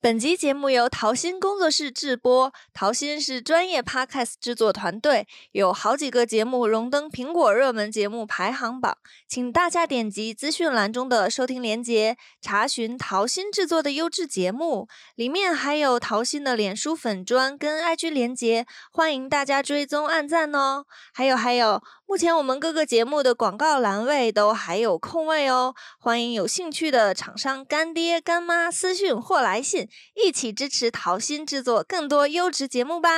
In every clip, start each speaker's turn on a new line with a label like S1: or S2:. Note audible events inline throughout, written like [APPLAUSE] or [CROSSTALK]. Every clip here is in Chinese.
S1: 本集节目由桃心工作室制播，桃心是专业 podcast 制作团队，有好几个节目荣登苹果热门节目排行榜，请大家点击资讯栏中的收听链接，查询桃心制作的优质节目，里面还有桃心的脸书粉砖跟 IG 连接，欢迎大家追踪按赞哦。还有还有，目前我们各个节目的广告栏位都还有空位哦，欢迎有兴趣的厂商干爹干妈私讯或来信。一起支持桃心制作更多优质节目吧！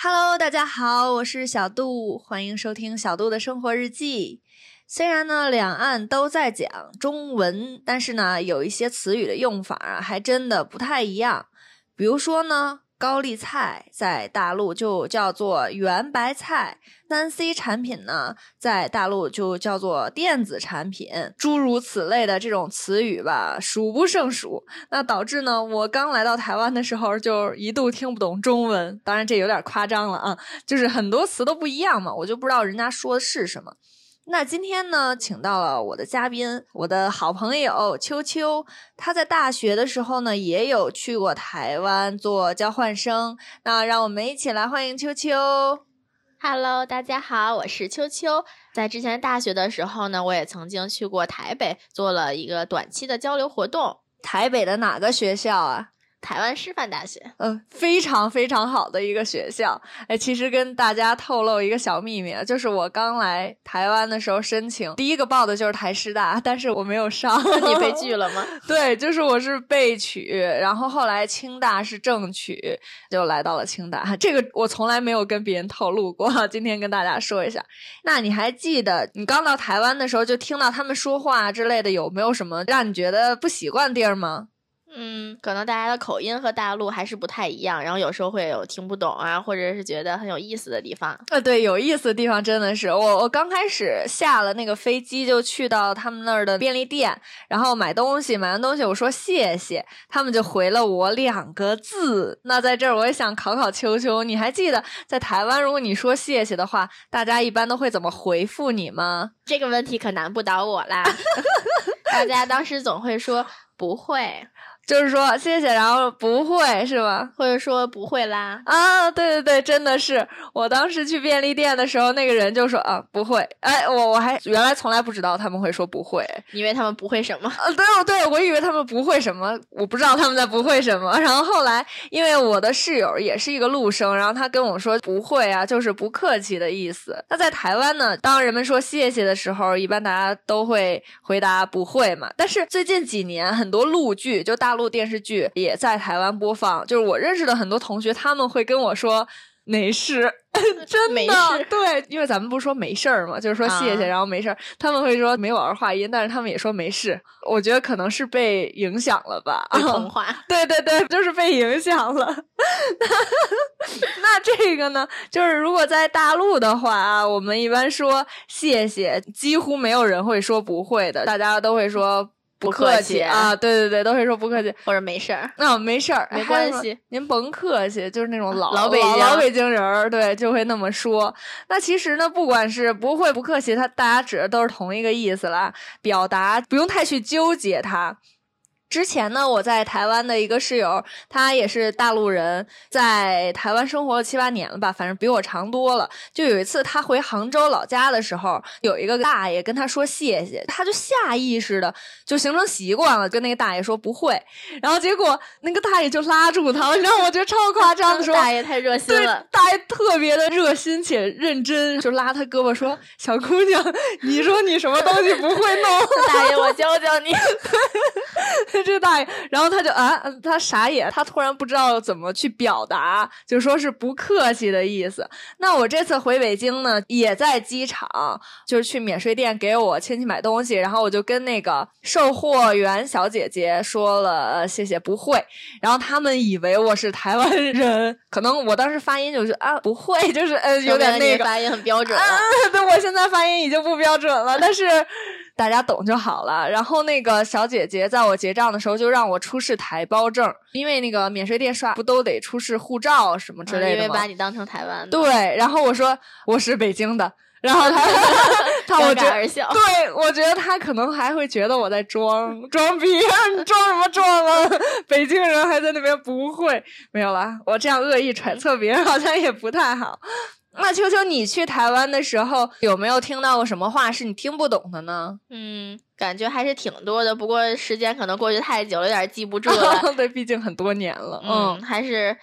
S1: Hello，大家好，我是小杜，欢迎收听小杜的生活日记。虽然呢，两岸都在讲中文，但是呢，有一些词语的用法啊，还真的不太一样。比如说呢，高丽菜在大陆就叫做圆白菜三 C 产品呢，在大陆就叫做电子产品，诸如此类的这种词语吧，数不胜数。那导致呢，我刚来到台湾的时候，就一度听不懂中文，当然这有点夸张了啊，就是很多词都不一样嘛，我就不知道人家说的是什么。那今天呢，请到了我的嘉宾，我的好朋友秋秋。他在大学的时候呢，也有去过台湾做交换生。那让我们一起来欢迎秋秋。
S2: Hello，大家好，我是秋秋。在之前大学的时候呢，我也曾经去过台北做了一个短期的交流活动，
S1: 台北的哪个学校啊？
S2: 台湾师范大学。
S1: 嗯，非常非常好的一个学校。哎，其实跟大家透露一个小秘密，啊就是我刚来台湾的时候申请，第一个报的就是台师大，但是我没有上，
S2: 你被拒了
S1: [LAUGHS]
S2: 吗？
S1: 对，就是我是被取，然后后来清大是正取，就来到了清大。 [LAUGHS] 这个我从来没有跟别人透露过， [LAUGHS] 今天跟大家说一下。那你还记得你刚到台湾的时候，就听到他们说话之类的，有没有什么让你觉得不习惯地儿吗？
S2: 嗯，可能大家的口音和大陆还是不太一样，然后有时候会有听不懂啊，或者是觉得很有意思的地方。
S1: 呃，对，有意思的地方真的是我，我刚开始下了那个飞机就去到他们那儿的便利店，然后买东西，买完东西我说谢谢，他们就回了我两个字。那在这儿我也想考考秋秋，你还记得在台湾如果你说谢谢的话，大家一般都会怎么回复你吗？
S2: 这个问题可难不倒我啦， [LAUGHS] 大家当时总会说不会，
S1: 就是说谢谢，然后不会是吗？
S2: 或者说不会啦。
S1: 啊，对对对，真的是！我当时去便利店的时候，那个人就说啊，不会。哎，我我还原来从来不知道他们会说不会。
S2: 因为他们不会什么，
S1: 啊，对哦，对，我以为他们不会什么，我不知道他们在不会什么。 [LAUGHS] 然后后来，因为我的室友也是一个陆生，然后他跟我说不会啊，就是不客气的意思。那在台湾呢，当人们说谢谢的时候，一般大家都会回答不会嘛。但是最近几年，很多陆剧，就大陆电视剧也在台湾播放，就是我认识的很多同学，他们会跟我说。没事，真的
S2: 没事
S1: 对，因为咱们不是说没事儿嘛，就是说谢谢，
S2: 啊
S1: 然后没事儿。他们会说没有儿化音，但是他们也说没事。我觉得可能是被影响了吧。
S2: 被同化。
S1: [LAUGHS] 对对对，就是被影响了。 [LAUGHS] 那那这个呢，就是如果在大陆的话啊，我们一般说谢谢，几乎没有人会说不会的，大家都会说不
S2: 不客
S1: 客
S2: 气
S1: 啊。对对对，都会说不客气。
S2: 或者没事儿，
S1: 那、啊没事儿，还
S2: 没
S1: 有
S2: 关系
S1: 什么，您甭客气，就是那种老
S2: 老北
S1: 老
S2: 京
S1: 老北京人儿，对，就会那么说。那其实呢，不管是不会不客气，他大家指的都是同一个意思啦，表达不用太去纠结它。之前呢，我在台湾的一个室友，他也是大陆人，在台湾生活了七八年了吧，反正比我长多了。就有一次他回杭州老家的时候，有一个大爷跟他说谢谢，他就下意识的就形成习惯了，跟那个大爷说不会，然后结果那个大爷就拉住他，你知道吗，我觉得超夸张的说。
S2: 大爷太热心
S1: 对
S2: 了，，
S1: 大爷特别的热心且认真，就拉他胳膊说：“小姑娘，你说你什么东西不会弄？”
S2: 大爷我教教 [LAUGHS] 你。
S1: 这大爷，然后他就啊，他傻眼，他突然不知道怎么去表达，就说是不客气的意思。那我这次回北京呢，也在机场，就是去免税店给我亲戚买东西，然后我就跟那个售货员小姐姐说了、呃谢谢，不会。然后他们以为我是台湾人，可能我当时发音就是啊不会，就是呃有点
S2: 说明
S1: 那
S2: 你
S1: 个 [LAUGHS]
S2: 发音很标准了。
S1: 啊，对，我现在发音已经不标准了，但是大家懂就好了。然后那个小姐姐在我结账的时候就让我出示台胞证，因为那个免税店刷不都得出示护照什么之
S2: 嗯
S1: 类
S2: 因
S1: 的
S2: 为
S1: 吗？
S2: 把你当成台湾的，
S1: 对，然后我说我是北京的，然后
S2: [LAUGHS]
S1: 他他我觉
S2: 尴尬
S1: 得。[LAUGHS]
S2: 而笑。
S1: 对，我觉得他可能还会觉得我在装装逼，你装什么装啊？北京人还在那边不会，没有啦，我这样恶意揣测别人好像也不太好。那秋秋，你去台湾的时候有没有听到过什么话是你听不懂的呢？
S2: 嗯，感觉还是挺多的，不过时间可能过去太久了，有点记不住
S1: [LAUGHS]
S2: 了。
S1: 对，毕竟很多年了。
S2: 嗯，还是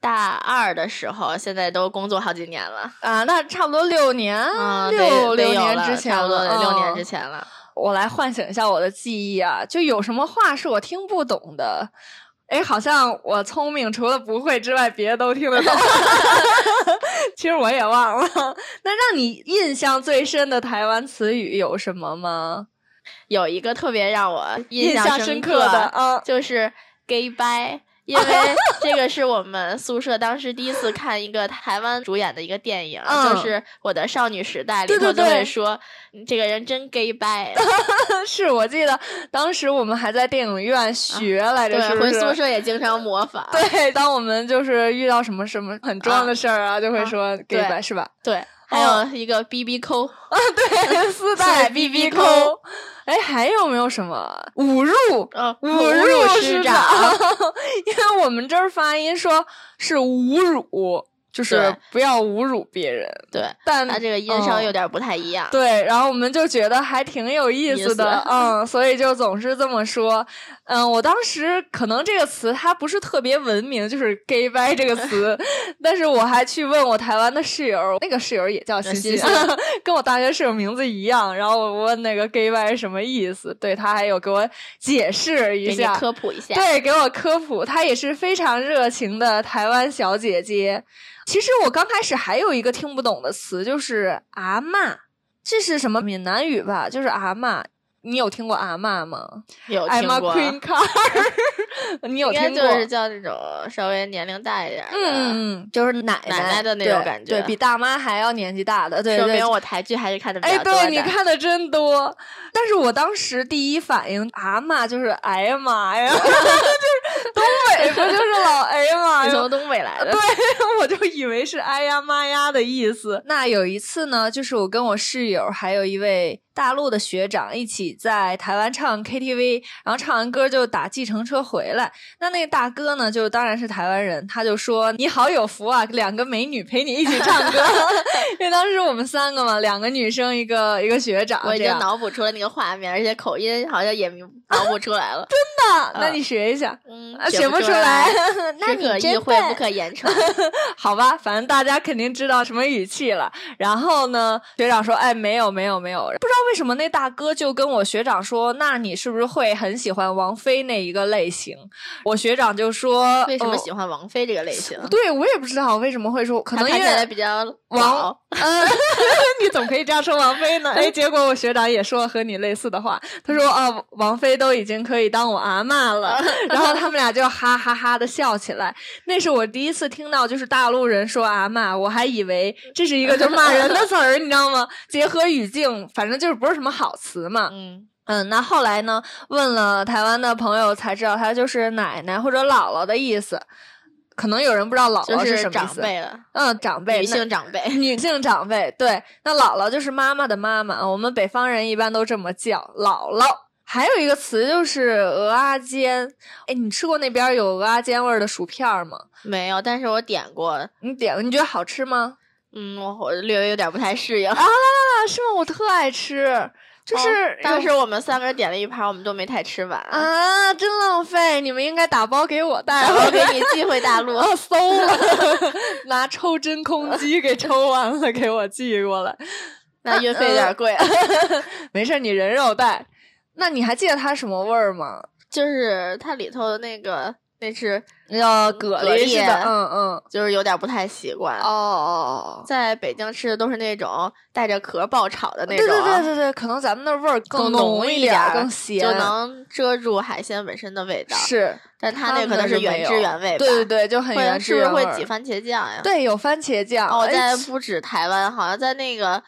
S2: 大二的时候，现在都工作好几年了，
S1: 啊，那差不多六年，
S2: 嗯，
S1: 啊六
S2: 得
S1: 六
S2: 得有
S1: 年
S2: 了
S1: 之前
S2: 差不多
S1: 了
S2: 得六年
S1: 嗯
S2: 之前了。
S1: 我来唤醒一下我的记忆啊，就有什么话是我听不懂的？哎，好像我聪明，除了不会之外，别的都听得懂。 [LAUGHS] 其实我也忘了。那让你印象最深的台湾词语有什么吗？
S2: 有一个特别让我
S1: 印
S2: 象
S1: 深
S2: 刻
S1: 的啊，
S2: 就是 gay bye。因
S1: [LAUGHS]
S2: 为这个是我们宿舍当时第一次看一个台湾主演的一个电影，
S1: 嗯
S2: 就是《我的少女时代》
S1: 对
S2: 里
S1: 对
S2: 头就
S1: 对
S2: 会说你这个人真
S1: [LAUGHS]
S2: gay 掰，
S1: 嗯是我记得当时我们还在电影院学来着，是
S2: 啊对，
S1: 不
S2: 回
S1: 是？
S2: 宿舍也经常模仿，
S1: 对，当我们就是遇到什么什么很重要的事儿啊，就会
S2: 啊
S1: 说 g a
S2: 对
S1: 是吧？
S2: 对，还有一个 B B 扣，
S1: [LAUGHS] 对，丝带
S2: 带
S1: B B
S2: BB
S1: 扣
S2: 扣。
S1: 哎，还有没有什么侮辱？
S2: 呃，
S1: 侮
S2: 辱
S1: 师
S2: 师长，
S1: [LAUGHS] 因为我们这儿发音说是侮辱，就是
S2: 对啊
S1: 不要侮辱别人。 [LAUGHS]
S2: 对，
S1: 但
S2: 他这个音
S1: 嗯
S2: 稍有点不太一样，
S1: 对，然后我们就觉得还挺有意思的，
S2: 意思
S1: 嗯，所以就总是这么说。嗯，我当时可能这个词它不是特别文明，就是 “gay bye” 这个
S2: [LAUGHS]
S1: 词，但是我还去问我台湾的室友，那个室友也叫欣欣
S2: 欣欣，
S1: [LAUGHS] 跟我大学室友名字一样。然后我问那个 “gay bye” 是什么意思，对他还有给我解释一
S2: 给你
S1: 下，
S2: 科普一下，
S1: 啊对，给我科普，她也是非常热情的台湾小姐姐。其实我刚开始还有一个听不懂的词，就是阿嬷，这是什么闽南语吧？就是阿嬷。你有听过阿嬷吗？
S2: 有
S1: 阿
S2: 听
S1: 嬷
S2: 过，
S1: 哎
S2: 啊
S1: Queen Car，你 [LAUGHS] 有
S2: 应该
S1: 听
S2: 就
S1: 过？
S2: 是叫那种稍微年龄大一点的，
S1: 嗯嗯嗯，就是奶
S2: 奶奶的那
S1: 对
S2: 种感
S1: 对
S2: 觉
S1: 比大妈还要年纪大的，对
S2: 说
S1: 对
S2: 明我台剧还是看的比
S1: 哎，
S2: 较多的。
S1: 对，你看的真多。但是我当时第一反应，阿嬷就是哎呀妈 [LAUGHS] 呀，就是东北不就是老哎呀妈
S2: 你
S1: 呀
S2: 从东北来的，
S1: [LAUGHS] 我就以为是哎呀妈呀的意思。那有一次呢，就是我跟我室友还有一位大陆的学长一起在台湾唱 KTV，然后唱完歌就打计程车回来。那那个大哥呢，就当然是台湾人，他就说：“你好有福啊，两个美女陪你一起唱
S2: [LAUGHS]
S1: 歌。”因为当时我们三个嘛，两个女生，一个一个学长，
S2: 我已
S1: 啊这
S2: 经
S1: 样
S2: 脑补出了那个画面，而且口音好像也明脑补
S1: [LAUGHS]
S2: 出来了。
S1: 啊那
S2: 嗯
S1: 你学一下。
S2: 嗯
S1: 啊，
S2: 学
S1: 学不
S2: 出
S1: 出来， [LAUGHS] 那
S2: 只
S1: 你
S2: 可
S1: 真
S2: 意会
S1: 笨
S2: 不可言传。
S1: 好吧，反正大家肯定知道什么语气了。然后呢，学长说：“哎，没有，没有，没有。”不知道为什么那大哥就跟我学长说：“那你是不是会很喜欢王菲那一个类型？”我学长就说：“
S2: 为什么
S1: 哦
S2: 喜欢王菲这个类型？
S1: 对我也不知道为什么会说，可
S2: 她
S1: 能因
S2: 看起来
S1: 为
S2: 比较
S1: 王
S2: 老，
S1: 嗯， [LAUGHS] 你怎么可以这样说王菲
S2: [LAUGHS]
S1: 呢？哎，结果我学长也说了和你类似的话，他说啊，王菲都已经可以当我阿嬷了，
S2: [LAUGHS]
S1: 然后他们俩就哈哈哈的笑起来。那是我第一次听到就是大陆人说阿嬷，我还以为这是一个就骂人的词儿，你知道吗？ [LAUGHS] 结合语境，反正就是不是什么好词嘛。
S2: 嗯，
S1: 嗯，那后来呢，问了台湾的朋友才知道，它就是奶奶或者姥姥的意思。可能有人不知道姥
S2: 就
S1: 姥
S2: 是
S1: 什么意
S2: 长
S1: 思，
S2: 辈了，
S1: 嗯，长辈
S2: 女
S1: 那
S2: 性长辈。
S1: [LAUGHS]
S2: [LAUGHS]
S1: 女性长辈，对，那姥姥就是妈妈的妈妈，我们北方人一般都这么叫姥姥。还有一个词就是鹅阿煎，哎，你吃过那边有鹅阿煎味儿的薯片儿吗？
S2: 没有，但是我点过，
S1: 你点过，你觉得好吃吗？
S2: 嗯，我我略微有点不太适应。
S1: 啊，是吗？我特爱吃，就是、
S2: 哦当时我们三个人点了一盘，我们都没太吃完。
S1: 啊，真浪费，你们应该打包给我带回来。
S2: 我给你寄回大
S1: [LAUGHS]
S2: 陆，
S1: 我搜了，拿抽真空机给抽完了，给我寄过来。
S2: 那运费有
S1: 嗯
S2: 点贵。
S1: 没事儿，你人肉带。那你还记得它什么味儿吗？
S2: [LAUGHS] 就是它里头的那个，那是
S1: 那叫蛤
S2: 蛤
S1: 蜊似
S2: 蜊
S1: 的，嗯嗯，
S2: 就是有点不太习惯。
S1: 哦哦哦，
S2: 在北京吃的都是那种带着壳爆炒的那
S1: 对
S2: 种，啊
S1: 对对对对，可能咱们那味儿
S2: 更
S1: 浓
S2: 浓一
S1: 点
S2: 点
S1: 儿，
S2: 儿
S1: 更咸，
S2: 就能遮住海鲜本身的味道。，
S1: 是
S2: 但它那
S1: 们
S2: 可能
S1: 就是没
S2: 原汁
S1: 有
S2: 原味吧？
S1: 对对对，就很
S2: 会
S1: 原
S2: 是
S1: 汁
S2: 不是
S1: 原味
S2: 会
S1: 儿
S2: 挤番茄酱呀？
S1: 对，有番茄酱，
S2: 哦，
S1: 哎
S2: 在不止台湾，好像在那个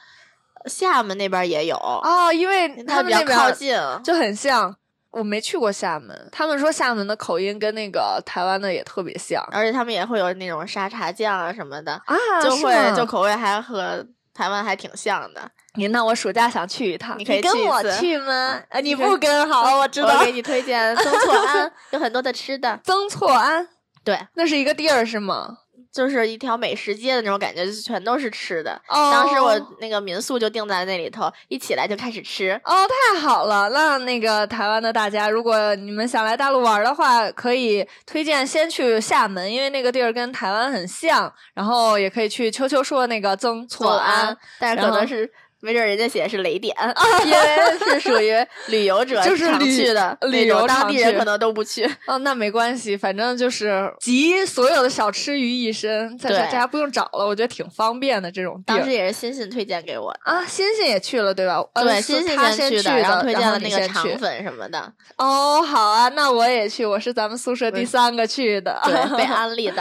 S2: 厦门那边也有，
S1: 哦，因为
S2: 因为
S1: 他
S2: 它
S1: 们
S2: 比较
S1: 那
S2: 靠
S1: 边
S2: 近。
S1: 就很像。我没去过厦门，他们说厦门的口音跟那个台湾的也特别像
S2: 而且他们也会有那种沙茶酱啊什么的，
S1: 啊，
S2: 啊就是会
S1: 吗
S2: 就口味还和台湾还挺像的。
S1: 你那我暑假想去一趟，
S2: 你可以
S1: 跟
S2: 去一
S1: 我
S2: 次
S1: 去
S2: [LAUGHS]
S1: 吗？啊，你
S2: 可以哦
S1: 不跟好，我知道
S2: 我。给你推
S1: [LAUGHS]
S2: 荐曾厝垵有很多的吃的，
S1: 曾厝垵
S2: 对，
S1: 那是一个地儿是吗？
S2: 就是一条美食街的那种感觉，就是全都是吃的。
S1: 哦
S2: 当时我那个民宿就定在那里头，一起来就开始吃。
S1: 哦，太好了！那那个台湾的大家，如果你们想来大陆玩儿的话，可以推荐先去厦门，因为那个地儿跟台湾很像。然后也可以去秋秋说的那个曾厝
S2: 左
S1: 垵
S2: 安，，但是
S1: 然
S2: 可
S1: 后
S2: 能是没准人家写的是雷点，因为是属于旅游者
S1: 就是
S2: 常
S1: 旅
S2: 去的，
S1: 旅
S2: 那种
S1: 游
S2: 当
S1: 常
S2: 地人
S1: 去
S2: 可能都不去。
S1: 哦，那没关系，反正就是集所有的小吃于一身，在
S2: 对
S1: 大家不用找了，我觉得挺方便的这种地
S2: 当
S1: 儿
S2: 时。也是欣欣推荐给我的。
S1: 啊，欣欣也去了对吧？呃
S2: 对，
S1: 是
S2: 欣欣
S1: 她
S2: 先
S1: 先
S2: 去
S1: 去
S2: 的，然后推荐了
S1: 你
S2: 那个
S1: 先
S2: 肠
S1: 去
S2: 粉什么 [LAUGHS] 的，
S1: 哦，好啊，那我也去，我是咱们宿舍第
S2: 对
S1: 三个去的。
S2: 对，
S1: [LAUGHS]
S2: 被安 [LAUGHS] 利的。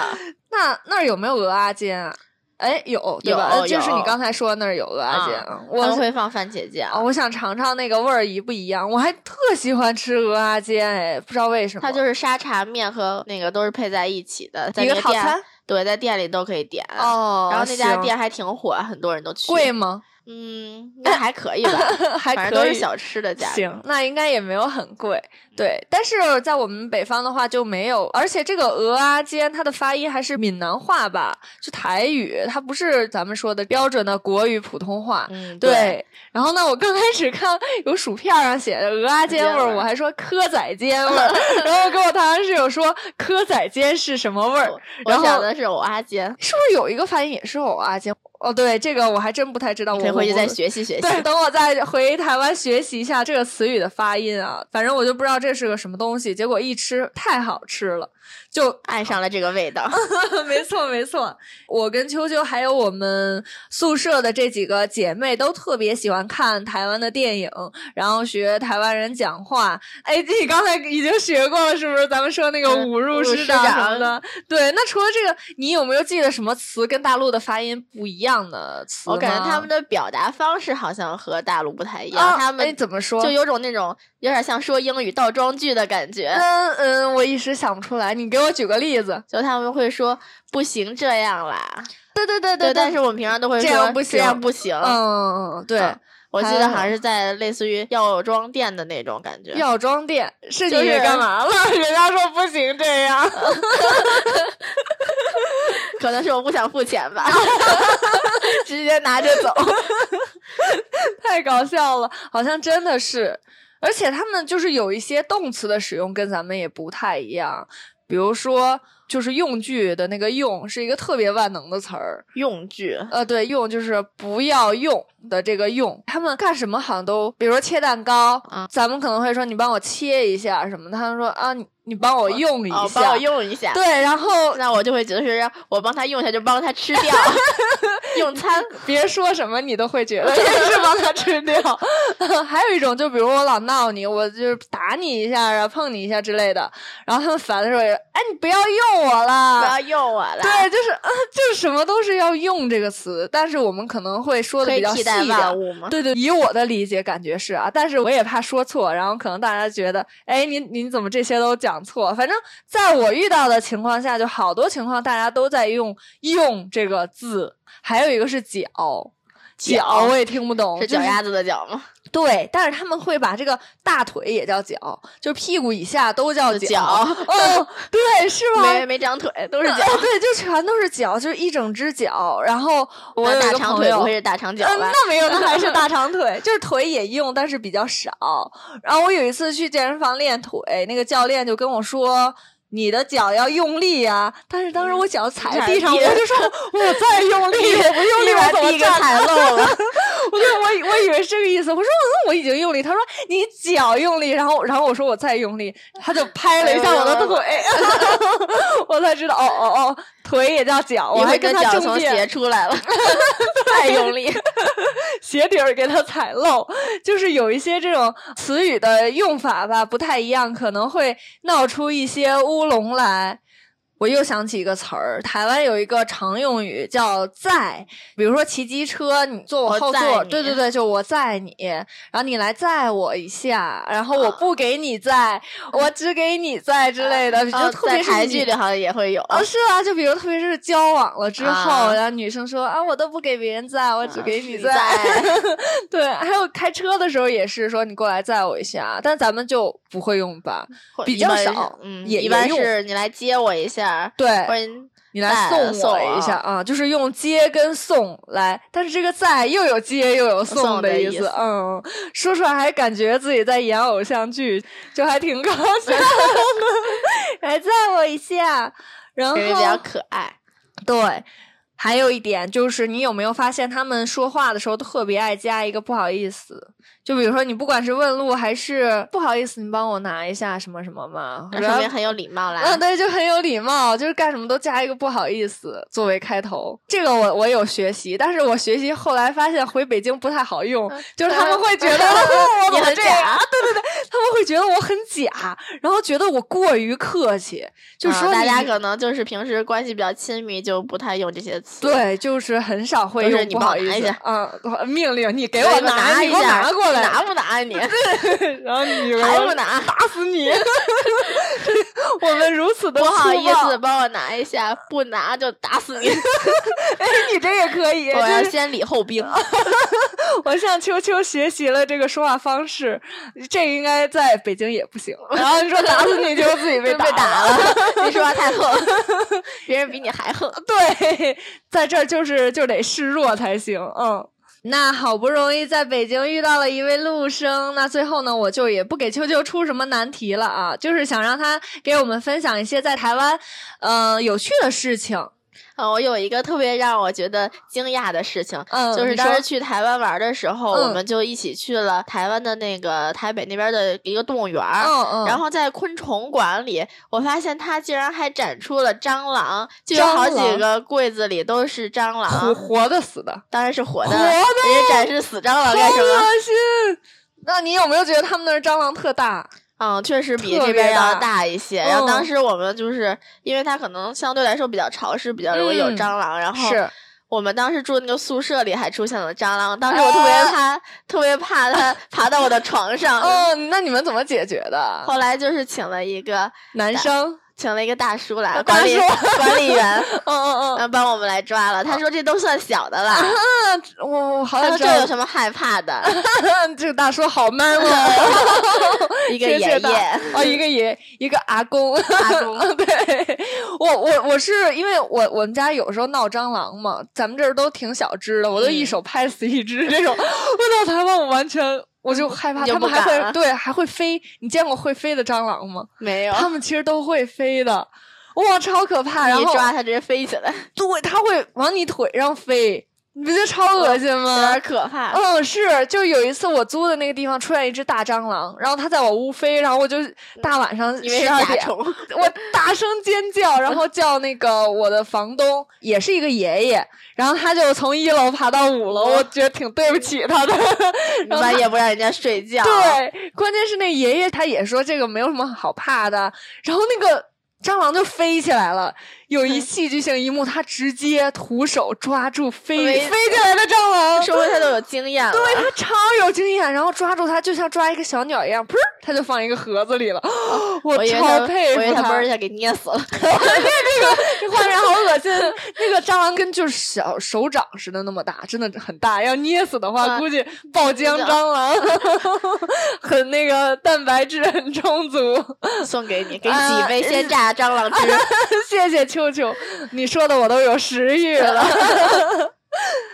S1: 那那儿有没有鹅阿煎啊？哎，有对吧？
S2: 有
S1: 呃就是你
S2: 有
S1: 刚才说那儿有鹅阿煎，
S2: 啊他们
S1: 我
S2: 会放番茄
S1: 啊，
S2: 酱，
S1: 我想尝尝那个味儿一不一样。我还特喜欢吃鹅阿煎，哎，不知道为什么。
S2: 它就是沙茶面和那个都是配在一起的，在
S1: 一个
S2: 那
S1: 套
S2: 店
S1: 餐。
S2: 对，在店里都可以点。
S1: 哦，
S2: 然后那家
S1: 行
S2: 店还挺火，很多人都去。
S1: 贵？吗？ [LAUGHS]
S2: 嗯，那还可以吧，
S1: 还
S2: 反正
S1: 可
S2: 都是
S1: 以
S2: 小吃的价格。嗯
S1: 行，那应该也没有很贵，对。但是在我们北方的话就没有，而且这个鹅啊煎，它的发音还是闽南话吧，就台语，它不是咱们说的标准的国语普通话。
S2: 嗯，
S1: 对，然后呢，我刚开始看有薯片上写的鹅啊煎味
S2: 煎
S1: 儿，
S2: 味儿
S1: 我还说蚵仔煎味
S2: [LAUGHS]
S1: 儿，然后跟我堂室友说蚵仔煎是什么味儿，
S2: 我
S1: 然后
S2: 想的是我阿煎，
S1: 是不是有一个发音也是藕啊煎？哦，对，这个我还真不太知道，
S2: 你
S1: 我
S2: 可以回去
S1: 我
S2: 再
S1: 不
S2: 学习学习。
S1: 对，等我再回台湾学习一下这个词语的发音啊，反正我就不知道这是个什么东西，结果一吃太好吃了，就
S2: 爱上了这个味道，
S1: [LAUGHS] 没错没错。我跟秋秋还有我们宿舍的这几个姐妹都特别喜欢看台湾的电影，然后学台湾人讲话。哎，你刚才已经学过了是不是？咱们说那个
S2: 嗯
S1: 五入
S2: 五
S1: 师
S2: 师
S1: 长什么
S2: 长
S1: 的，对。那除了这个，你有没有记得什么词跟大陆的发音不一样的词吗？
S2: 我感觉他们的表达方式好像和大陆不太一样，
S1: 啊，
S2: 他
S1: 哎
S2: 们
S1: 怎么说？
S2: 就有种那种有点像说英语倒装句的感觉，
S1: 嗯嗯，我一时想不出来，你给我举个例子。
S2: 就他们会说不行这样啦，
S1: 对对对
S2: 对，
S1: 对，
S2: 但是我们平常都会
S1: 这
S2: 说
S1: 样不
S2: 这样
S1: 行
S2: 不行，
S1: 嗯嗯嗯，对
S2: 啊，我记得好
S1: 还
S2: 像
S1: 好
S2: 是在类似于药妆店的那种感觉，
S1: 药妆店是你
S2: 就是
S1: 干嘛了？ [LAUGHS] 人家说不行这样，
S2: 可能是我不想付钱
S1: [LAUGHS]
S2: 吧，直接拿着走，
S1: [LAUGHS] 太搞笑了，好像真的是。而且他们就是有一些动词的使用跟咱们也不太一样，比如说就是用具的那个“用”是一个特别万能的词儿，
S2: 用具。
S1: 呃，对，用就是不要用的这个用，他们干什么好像都，比如说切蛋糕，
S2: 嗯
S1: 咱们可能会说你帮我切一下什么的，他们说啊，你你帮我用一下，
S2: 哦，帮我用一下。
S1: 对，然后
S2: 那我就会觉得是让我帮他用一下，就帮他吃掉 [LAUGHS] 用
S1: [LAUGHS]
S2: 餐。
S1: 别说什么你都会
S2: [LAUGHS]
S1: 觉得是帮他吃掉。 [LAUGHS] 还有一种就比如我老闹你，我就是打你一下啊，碰你一下之类的，然后他们烦的时候也，哎，你不要用我
S2: 不 [LAUGHS]
S1: 了。
S2: 要用我了，
S1: 啊对，就是啊，就是什么都是要用这个词，但是我们可能会说的
S2: 可
S1: 比
S2: 以
S1: 较细
S2: 替
S1: 一点
S2: 代。万物吗？
S1: 对对，以我的理解感觉是啊，但是我也怕说错，然后可能大家觉得，哎，你你怎么这些都讲错？反正在我遇到的情况下，就好多情况大家都在用“用”这个字，还有一个是“脚”，脚
S2: 脚
S1: 我也听不懂，
S2: 是
S1: 就
S2: 脚丫子的脚吗？
S1: 对，但是他们会把这个大腿也叫脚，就是屁股以下都叫
S2: 脚
S1: 哦，对， [LAUGHS] 是吗？
S2: 没没长腿，都是脚
S1: 哎。对，就全都是脚，就是一整只脚。然后 [LAUGHS] 我有一
S2: 那大
S1: 个
S2: 长
S1: 朋
S2: 腿
S1: 友
S2: 不会是大长脚
S1: 嗯，
S2: 吧？
S1: 那没有，那还是大长腿，就是腿也用，但是比较少。然后我有一次去健身房练腿，那个教练就跟我说。你的脚要用力啊！但是当时我脚踩地上，
S2: 嗯
S1: 我
S2: 踩地
S1: 就说我再用力，我不用力
S2: 立
S1: 我
S2: 马
S1: 怎
S2: 第
S1: 么
S2: 一个
S1: 站？
S2: 踩漏了，
S1: 我就我以我以为是这个意思。我说嗯，我已经用力。他说你脚用力，然后然后我说我再用力，他就拍了一下我的腿，我才知道哦哦哦，腿也叫脚。[LAUGHS]
S2: 一
S1: 我还
S2: 会
S1: 跟他
S2: 跟脚
S1: 争
S2: 从
S1: 辩，
S2: 鞋出
S1: [LAUGHS]
S2: 来了，太用力。
S1: 鞋底儿给它踩漏，就是有一些这种词语的用法吧，不太一样，可能会闹出一些乌龙来。我又想起一个词儿，台湾有一个常用语叫载，比如说骑机车，你坐我
S2: 我
S1: 后
S2: 载
S1: 座，
S2: 你
S1: 对对对，就我载你，然后你来载我一下，然后我
S2: 啊
S1: 不给你载，我只给你载之类的，
S2: 呃
S1: 就特别
S2: 在
S1: 是
S2: 台
S1: 你
S2: 剧里好像也会有。
S1: 啊，是啊，就比如特别是交往了之后，
S2: 啊
S1: 然后女生说啊，我都不给别人载，我只
S2: 啊
S1: 给
S2: 只
S1: 你
S2: 你
S1: 载。 [LAUGHS]
S2: 载
S1: 对，还有开车的时候也是说你过来载我一下，啊但咱们就不会用吧？
S2: 或
S1: 比
S2: 一
S1: 较
S2: 般是
S1: 少
S2: 嗯，
S1: 也
S2: 一般
S1: 也用
S2: 是你来接我一下，
S1: 对
S2: 或，者你
S1: 你来送
S2: 哎送
S1: 我一下啊，就是用接跟送来，但是这个载又有接又有
S2: 送的
S1: 的
S2: 意
S1: 思，
S2: 思
S1: 嗯，说出来还感觉自己在演偶像剧，就还挺搞笑
S2: [LAUGHS]
S1: 的，来载我一下。然后
S2: 感觉比较可爱。
S1: 对，还有一点就是，你有没有发现他们说话的时候特别爱加一个不好意思？就比如说，你不管是问路还是不好意思，你帮我拿一下什么什么嘛，
S2: 那
S1: 然
S2: 说
S1: 后
S2: 明很有礼貌啦。
S1: 嗯，对，就很有礼貌，就是干什么都加一个不好意思作为开头。这个我我有学习，但是我学习后来发现回北京不太好用，就是他们会觉
S2: [LAUGHS]
S1: 得、哦我
S2: 嗯你
S1: 怎么
S2: 很
S1: 这样
S2: 假，
S1: 他们会觉得我很假，然后觉得我过于客气，就
S2: 嗯
S1: 说、
S2: 大家可能就是平时关系比较亲密，就不太用这些词。，
S1: 对，就是很少会
S2: 就是
S1: 用
S2: 你
S1: 不
S2: 帮
S1: 好
S2: 我
S1: 意
S2: 拿一
S1: 思
S2: 下
S1: 啊、命令你给
S2: 给我
S1: 我拿，
S2: 拿
S1: 你
S2: 一
S1: 给我
S2: 下，
S1: 拿过来，
S2: 拿不拿你？
S1: 然后你
S2: 还不拿？
S1: 打死你！ [LAUGHS] 我们如此的
S2: 不好
S1: 粗
S2: 意
S1: 暴
S2: 思，，帮我拿一下，不拿就打死
S1: [LAUGHS]
S2: 你！
S1: 哎，你这也可以，
S2: 我
S1: 就
S2: 要
S1: 是
S2: 先礼
S1: [LAUGHS]
S2: 后兵。
S1: 我向秋秋学习了这个说话方式，这应该在北京也不行。然后你说打死你，就自己
S2: [LAUGHS]
S1: 被
S2: 被打
S1: 了。
S2: 了，你说
S1: [LAUGHS]
S2: 话太横，别人比你还横。
S1: 对，在这儿就是就得示弱才行。嗯，那好不容易在北京遇到了一位陆生，那最后呢，我就也不给秋秋出什么难题了啊，就是想让他给我们分享一些在台湾，呃，有趣的事情。
S2: 啊，我有一个特别让我觉得惊讶的事情，
S1: 嗯，
S2: 就是
S1: 你
S2: 当
S1: 说
S2: 时去台湾玩的时候，
S1: 嗯
S2: 我们就一起去了台湾的那个台北那边的一个动物园儿。
S1: 嗯嗯，
S2: 然后在昆虫馆里，我发现它竟然还展出了蟑螂，就有
S1: 蟑
S2: 好几
S1: 螂
S2: 个柜子里都是蟑
S1: 活
S2: 螂，
S1: 活的死的，
S2: 当然是活的
S1: 活
S2: 了，
S1: 的
S2: 人家展示死蟑螂干什么？
S1: 恶心。那你有没有觉得他们那儿蟑螂特大？
S2: 嗯，确实比
S1: 特别
S2: 这边
S1: 大
S2: 要大一些。然后当
S1: 嗯
S2: 时我们就是因为它可能相对来说比较潮湿，比较容易有
S1: 嗯
S2: 蟑螂，然后
S1: 是，
S2: 我们当时住那个宿舍里还出现了蟑螂，当时我特别
S1: 啊
S2: 怕，特别怕
S1: [LAUGHS]
S2: 它爬到我的床上。
S1: 哦，那你们怎么解决的？
S2: 后来就是请了一个
S1: 男生，
S2: 请了一个大叔来
S1: 呃大
S2: 管理
S1: 叔
S2: 管
S1: [LAUGHS]
S2: 理员，
S1: 嗯嗯嗯
S2: 然后帮我们来抓
S1: 哦
S2: 了。他说这都算小
S1: [LAUGHS]
S2: 的了，
S1: 啊，我我好
S2: 他
S1: 想
S2: 说
S1: 知
S2: 这有
S1: 道，
S2: 什么害怕的？
S1: [LAUGHS] 这个大叔好 man 哦。
S2: 一个
S1: 谢
S2: 爷
S1: 谢大
S2: 爷，
S1: [LAUGHS] 哦，一个爷，一个阿公，
S2: 阿
S1: [LAUGHS]
S2: 公
S1: 对我，我我是因为我我们家有时候闹蟑螂嘛，咱们这儿都挺小只的，我都一
S2: 嗯
S1: 手拍死一只这种。我到台湾，我完全我就害怕，
S2: 嗯你就
S1: 他们
S2: 不
S1: 还
S2: 敢了
S1: 会对还会飞。你见过会飞的蟑螂吗？
S2: [LAUGHS] 没有。
S1: 他们其实都会飞的，哇，超可怕！然
S2: 一
S1: 后
S2: 抓它直接飞起来，
S1: 对，它会往你腿上飞，你不觉得超恶心
S2: 有
S1: 吗
S2: 点？可怕。
S1: 嗯，是，就有一次我租的那个地方出来一只大蟑螂，然后它在我屋飞，然后我就大晚上
S2: 嗯因为是
S1: 十二
S2: 甲
S1: 点，
S2: 虫，
S1: [LAUGHS]
S2: 嗯
S1: 我大声尖叫，然后叫那个我的房东，也是一个爷爷，然后他就从一楼爬到五楼，我觉得挺对不起他的。
S2: 你半夜不让人家睡
S1: [LAUGHS]
S2: 觉，
S1: 对，关键是那爷爷他也说这个没有什么好怕的，然后那个蟑螂就飞起来了，有
S2: 嗯
S1: 一戏剧性一幕，他直接徒手抓住飞
S2: 飞
S1: 飞起来的蟑
S2: [LAUGHS]
S1: 螂，
S2: 说明他都有经验了。
S1: 对他哎超有经验，然后抓住它就像抓一个小鸟一样，噗，他就放一个盒子里
S2: [GASPS]
S1: 了，我
S2: 我以为他，
S1: 超佩
S2: 我以为
S1: 服
S2: 他嘣一下给捏死了。 [LAUGHS]
S1: 这画面好恶心， [LAUGHS] 那个蟑螂跟就是小手掌似的那么大，真的很大。要捏死的话，
S2: 啊
S1: 估计爆浆蟑螂， [LAUGHS] 很那个蛋白质很充足。
S2: 送给你，给
S1: 啊
S2: 几杯鲜榨蟑螂
S1: [LAUGHS]
S2: 汁。
S1: 谢谢秋秋，你说的我都有食欲了。 [LAUGHS]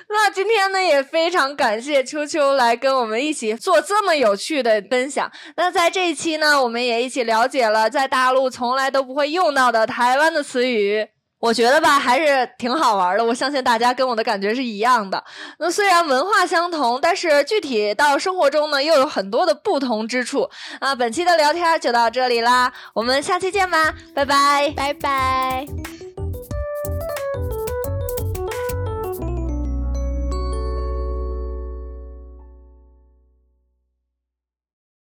S1: 那今天呢，也非常感谢秋秋来跟我们一起做这么有趣的分享。那在这一期呢，我们也一起了解了在大陆从来都不会用到的台湾的词语。我觉得吧，还是挺好玩的。我相信大家跟我的感觉是一样的。那虽然文化相同，但是具体到生活中呢，又有很多的不同之处啊。本期的聊天就到这里啦，我们下期见吧，拜拜。
S2: 拜拜。